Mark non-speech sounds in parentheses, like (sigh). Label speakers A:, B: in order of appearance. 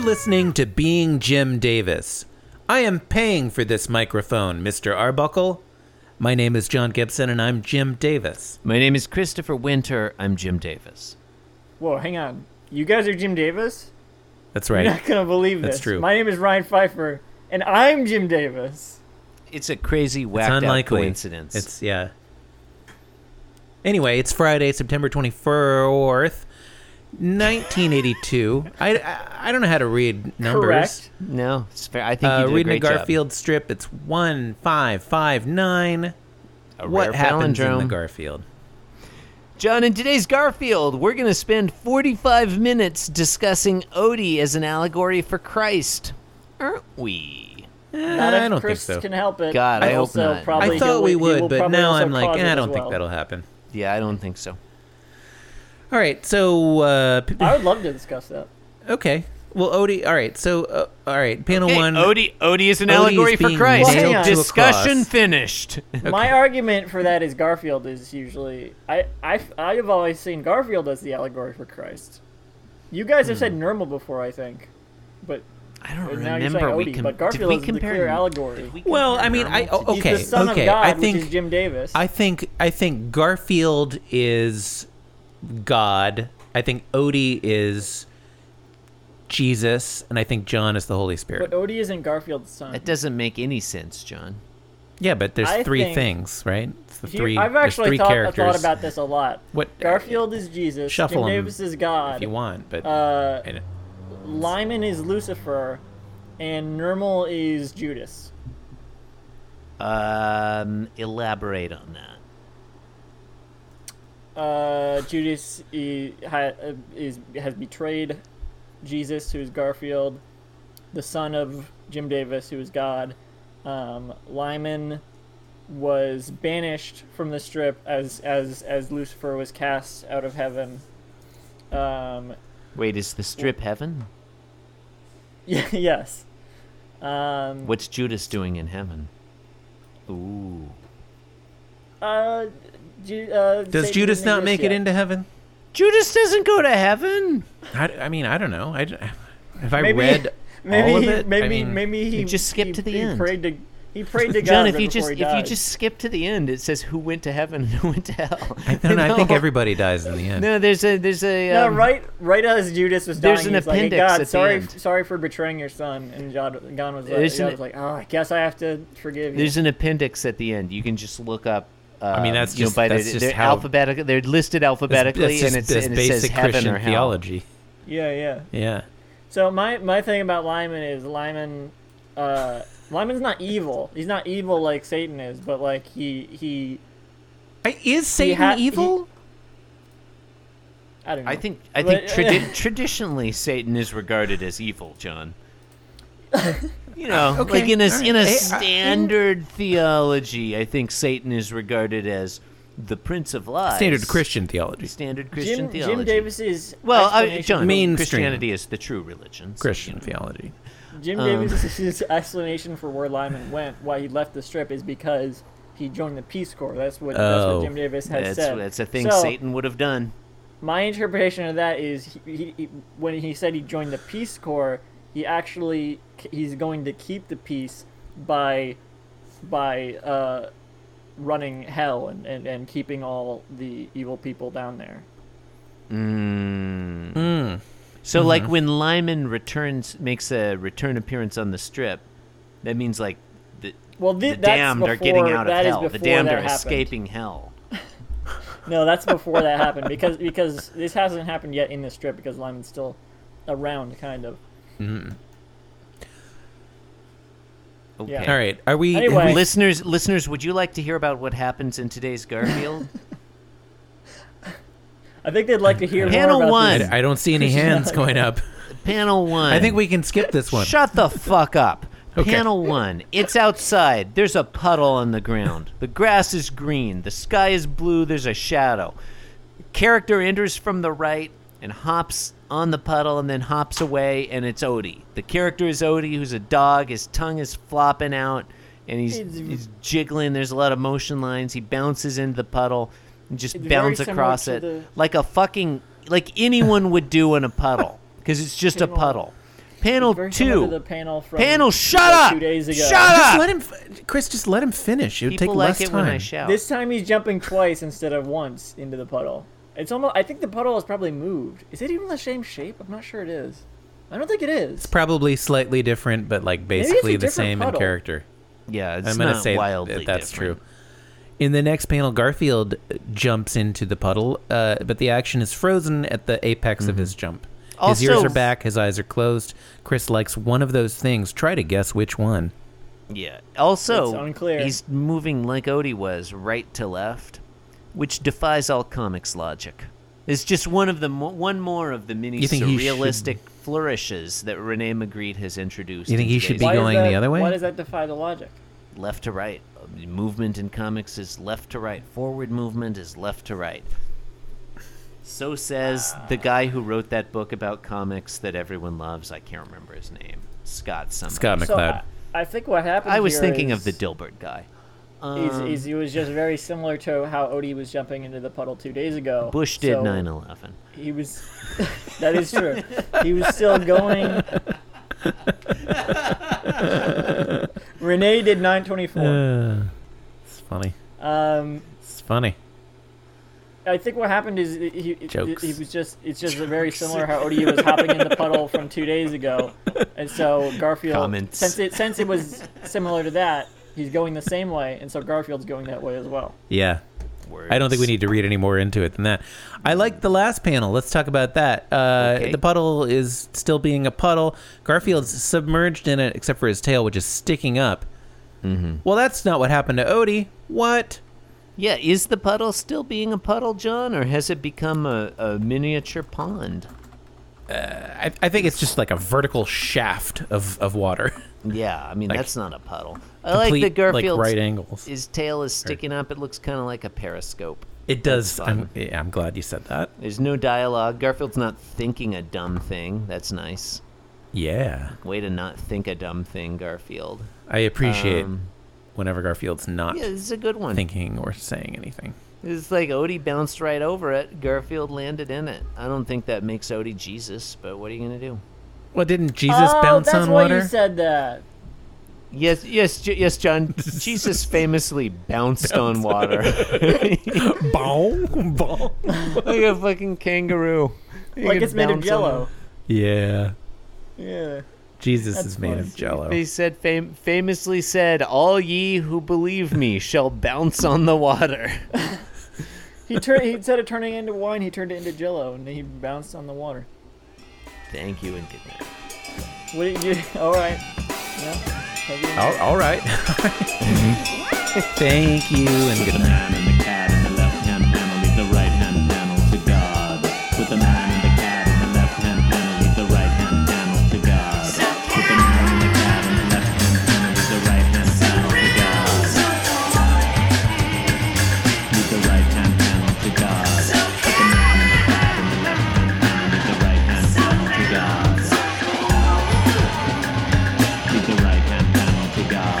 A: listening to Being Jim Davis. I am paying for this microphone, Mr. Arbuckle. My name is John Gibson, and I'm Jim Davis.
B: My name is Christopher Winter. I'm Jim Davis.
C: Whoa, hang on. You guys are Jim Davis? (laughs)
A: That's
B: (laughs)
C: You're
A: right.
C: not gonna believe this.
A: That's true.
C: My name is Ryan Pfeiffer, and I'm Jim Davis.
B: It's a crazy,
A: It's
B: whacked out
A: unlikely.
B: coincidence.
A: It's yeah. Anyway, it's Friday, September twenty fourth, nineteen eighty two. I, I I don't know how to read numbers.
C: Correct.
B: no, it's fair. I think
A: Uh,
B: you did
A: reading
B: a
A: a
B: great
A: Garfield strip, it's one five five nine.
B: job. A
A: What
B: rare
A: happens in the
B: palindrome.
A: Garfield?
B: John, in today's Garfield, we're going to spend 45 minutes discussing Odie as an allegory for Christ, aren't we?
A: Eh,
C: Not if
A: I don't
C: Chris
A: think so.
C: can help it.
B: God, I
C: And
B: hope
C: also
B: not.
C: Probably
A: I thought
C: he'll-
A: we
C: he
A: would,
C: will
A: but
C: probably
A: now
C: also
A: I'm like,
C: cause it
A: eh, I
C: as
A: don't
C: well.
A: think that'll happen.
B: Yeah, I don't think so.
A: All right, so uh, p-
C: I would love to discuss that.
A: okay. Well, Odie. All right, so uh, all right, panel
B: Okay,
A: one.
B: Odie, Odie is an
A: Odie is
B: allegory for
A: being
B: Christ.
C: nailed Well, to a
B: Discussion
A: cross. (laughs)
B: finished.
C: My argument for that is Garfield is usually I I I have always seen Garfield as the allegory for Christ. You guys have
A: Hmm.
C: said Normal before, I think, but
B: I don't
C: but now you're saying
B: remember. we
C: Odie.
B: com-
C: but
B: did
C: Garfield
B: we
C: is the
B: compare
C: clear allegory.
B: did we
A: Well,
B: compare
A: I oh, mean, I
B: Normal to-
A: okay,
C: He's the son
A: okay.
C: of God,
A: I think
C: which is Jim Davis.
A: I think I think Garfield is God. I think Odie is Jesus, and I think John is the Holy Spirit.
C: but Odie isn't Garfield's son.
B: That doesn't make any sense, John.
A: yeah, but there's
C: I
A: three
C: think-
A: things, right? It's the
C: He-
A: three.
C: I've
A: there's
C: actually
A: three
C: thought, I've
A: characters.
C: thought about this a lot.
A: What-
C: Garfield is Jesus.
A: Shuffle
C: Jim
A: 'em
C: Davis is God.
A: if you want, but
C: Uh,
A: I don't-
C: Lyman is Lucifer, and Nermal is Judas.
B: Um, elaborate on that.
C: Uh, Judas is, ha, uh, is has betrayed Jesus, who is Garfield, the son of Jim Davis, who is God. Um, Lyman was banished from the strip as as as Lucifer was cast out of heaven. Um, (laughs)
B: Wait, is the strip heaven?
C: yes. Um,
B: What's Judas doing in heaven? Ooh.
C: Uh, Ju- uh,
A: does
C: Satan
A: Judas
C: doesn't
A: not
C: exist
A: make it
C: yet.
A: into heaven?
B: Judas doesn't go to heaven.
A: I, I mean, I don't know. I d- (sighs) have I
C: Maybe-
A: read (laughs)
C: Maybe
A: all of
C: he-
A: it. I
C: maybe
A: mean,
C: maybe he
B: you just skip
C: he-
B: to the
C: he
B: end.
C: Prayed to he prayed to
B: (laughs)
C: God.
B: John, if
C: right
B: you
C: before
B: just
C: he
B: if you
C: died.
B: just skip to the end, it says who went to heaven and (laughs) who went to hell.
A: (laughs) I, (laughs) don't know, I think
B: No.
A: everybody dies in the end.
B: No, there's a there's a
C: no,
B: um,
C: right right as Judas was
B: there's
C: dying,
B: an
C: he was like, "Hey,
B: appendix at
C: God,
B: the
C: sorry
B: end."
C: sorry for betraying your son, and God, God was like,
B: There's
C: God
B: an-
C: was like, oh, I guess I have to forgive you.
B: There's an appendix at the end. You can just look up. Um,
A: mean, that's
B: you know,
A: just-
B: by
A: that's
B: the,
A: just
B: they're
A: how-
B: alphabetical. They're listed
A: That's-
B: alphabetically,
A: that's just-
B: and, it's,
A: that's
B: and it
A: basic
B: says heaven
A: Christian
B: or hell.
A: theology.
C: yeah, yeah.
A: Yeah.
C: So my my thing about Lyman is Lyman, uh, Lyman's not evil. He's not evil like Satan is, but like he he
A: I, is Satan
C: ha- he-
A: evil?
C: I don't know.
B: I think I think
C: But-
B: tradi- traditionally Satan is regarded as evil, John. You know,
A: Okay,
B: like in a
A: all right.
B: in
A: Eh,
B: a
A: I-
B: standard theology, I think Satan is regarded as the prince of lies.
A: Standard Christian theology.
B: standard Christian
C: Jim
B: theology.
C: Jim Davis's
B: Well, I,
C: explanation-
B: John,
A: Mainstream.
B: Christianity is the true religion. so,
A: Christian
B: you know.
A: theology.
C: Jim
B: Um,
C: Davis's (laughs) explanation for where Lyman went, why he left the strip, is because he joined the Peace Corps. That's what, that's
A: Oh.
C: what Jim Davis
B: That's,
C: has said.
B: that's a thing
C: So,
B: Satan would have done.
C: My interpretation of that is he, he, he, when he said he joined the Peace Corps, he actually he's going to keep the peace by by uh, running hell and, and, and keeping all the evil people down there.
B: Mm.
A: Hmm.
B: So, like
A: Mm-hmm.
B: when Lyman returns, makes a return appearance on the strip, that means like the,
C: Well, thi-
B: the
C: that's
B: damned
C: before,
B: are getting out of
C: that is
B: hell. The
C: before
B: damned
C: that
B: are
C: happened.
B: escaping hell.
C: No, that's before that
B: (laughs)
C: happened because because this hasn't happened yet in the strip because Lyman's still around, kind of.
B: Okay.
C: Yeah.
A: All right. Are we? have
C: Anyway.
A: we-
B: Listeners, listeners, would you like to hear about what happens in today's
A: (laughs)
B: Garfield?
C: I think they'd like to hear
B: Panel
C: more about
B: one.
C: This.
A: I, I don't see any hands going up.
B: Panel one.
A: I think we can skip this one.
B: Shut the fuck up.
A: (laughs) Okay.
B: Panel one. It's outside. There's a puddle on the ground. The grass is green. The sky is blue. There's a shadow. Character enters from the right and hops on the puddle and then hops away, and it's Odie. The character is Odie, who's a dog. His tongue is flopping out, and he's,
C: It's-
B: he's jiggling. There's a lot of motion lines. He bounces into the puddle and just
C: It's very
B: bounce
C: similar
B: across
C: to
B: it
C: the-
B: like a fucking like anyone would do in a puddle because it's just a
C: Same old-
B: puddle. Panel
C: First one
B: two.
C: under the panel from
B: Panel, shut
C: like
B: up!
C: two days ago.
B: Shut up!
A: Just let him, f- Chris. Just let him finish. It would
B: People
A: take
B: like
A: less
B: it
A: time.
B: when I shout.
C: This time he's jumping twice instead of once into the puddle. It's almost. I think the puddle has probably moved. Is it even the same shape? I'm not sure it is. I don't think it is.
A: Probably slightly different, but like
C: it's a
A: basically the
C: different
A: same in
C: puddle.
A: character.
B: yeah, it's
A: I'm gonna
B: not
A: say
B: wildly
A: that that's
B: different.
A: true. In the next panel, Garfield uh, jumps into the puddle, uh, but the action is frozen at the apex of his jump. his ears
B: Mm-hmm. Also-
A: are back, his eyes are closed. Chris likes one of those things. Try to guess which one.
B: Yeah. Also,
C: It's unclear.
B: he's moving like Odie was, right to left, which defies all comics logic. It's just one of the mo- one more of the many
A: You think he should-
B: surrealistic flourishes that Rene Magritte has introduced.
A: You think
B: in
A: he should
B: today's-
A: be
C: does
A: going the
C: that-
A: other way?
C: Why does that defy the logic?
B: left to right? Movement in comics is left to right. Forward movement is left to right. So says the guy who wrote that book about comics that everyone loves. I can't remember his name. Scott something.
A: Scott
C: So
A: McCloud.
C: I, I think what happened.
B: I was
C: here
B: thinking
C: is-
B: of the Dilbert guy.
C: Is,
B: Um,
C: is it was just very similar to how Odie was jumping into the puddle two days ago.
B: Bush did
C: So
B: 9/11.
C: He was. (laughs) that is true. He was
B: (laughs)
C: still going. Renee did 924.
A: Uh, it's funny.
C: Um,
A: It's funny.
C: I think what happened is he, he,
A: Jokes.
C: he was just it's just very similar how Odie was hopping in the puddle from two days ago, and so Garfield
B: Comments.
C: since it since it was similar to that he's going the same way, and so Garfield's going that way as well.
A: Yeah. I don't think we need to read any more into it than that. I like the last panel. Let's talk about that. Uh,
B: Okay.
A: The puddle is still being a puddle. Garfield's submerged in it, except for his tail, which is sticking up.
B: Mm-hmm.
A: Well, that's not what happened to Odie. What?
B: Yeah, is the puddle still being a puddle, John, or has it become a, a miniature pond?
A: I, I think it's just like a vertical shaft of, of water.
B: Yeah, I mean
A: Like,
B: that's not a puddle. (laughs) I like the
A: Complete,
B: Garfield.
A: Like right angles.
B: His tail is sticking up. It looks kind of like a periscope.
A: It does.
B: That's fun.
A: I'm, yeah, I'm glad you said that.
B: There's no dialogue. Garfield's not thinking a dumb thing. That's nice.
A: Yeah.
B: Way to not think a dumb thing, Garfield.
A: I appreciate
B: Um,
A: whenever Garfield's not
B: Yeah, this is a good one.
A: thinking or saying anything.
B: It's like Odie bounced right over it. Garfield landed in it. I don't think that makes Odie Jesus, but what are you gonna do?
A: Well, didn't Jesus
C: oh,
A: bounce
C: that's
A: on
C: why
A: water?
C: you said that.
B: Yes, yes, J- yes, (laughs) John. Jesus famously bounced on water (laughs) like
A: Bong, bong.
B: a fucking kangaroo. He
C: Like
B: could
C: it's made of
B: bounce
C: jello.
A: Yeah.
C: Yeah.
A: Jesus
C: That's
A: is made of
C: funny.
A: jello.
B: on- They said fam- famously said, "All ye who believe me shall bounce on the water."
C: He turned. he, instead of turning it into wine, he turned it into Jello, and he bounced on the water.
B: Thank you and good night.
C: What did you? (laughs) All right. Yeah. Thank you.
A: All- all right. (laughs) Thank you and good
D: With the
A: night.
D: man and the cat in the left hand panel, leave the right hand panel to God. With the man and the cat in the left hand panel, leave the right hand panel to God. With the man and the cat in the left hand panel, leave the right hand panel to God. Leave the right hand panel to God. With the man and the cat in the left hand panel, leave the right hand panel to God. Leave the right hand panel to God. With the man and the cat in the left hand panel, leave the right hand panel to God. Leave the right hand panel to God.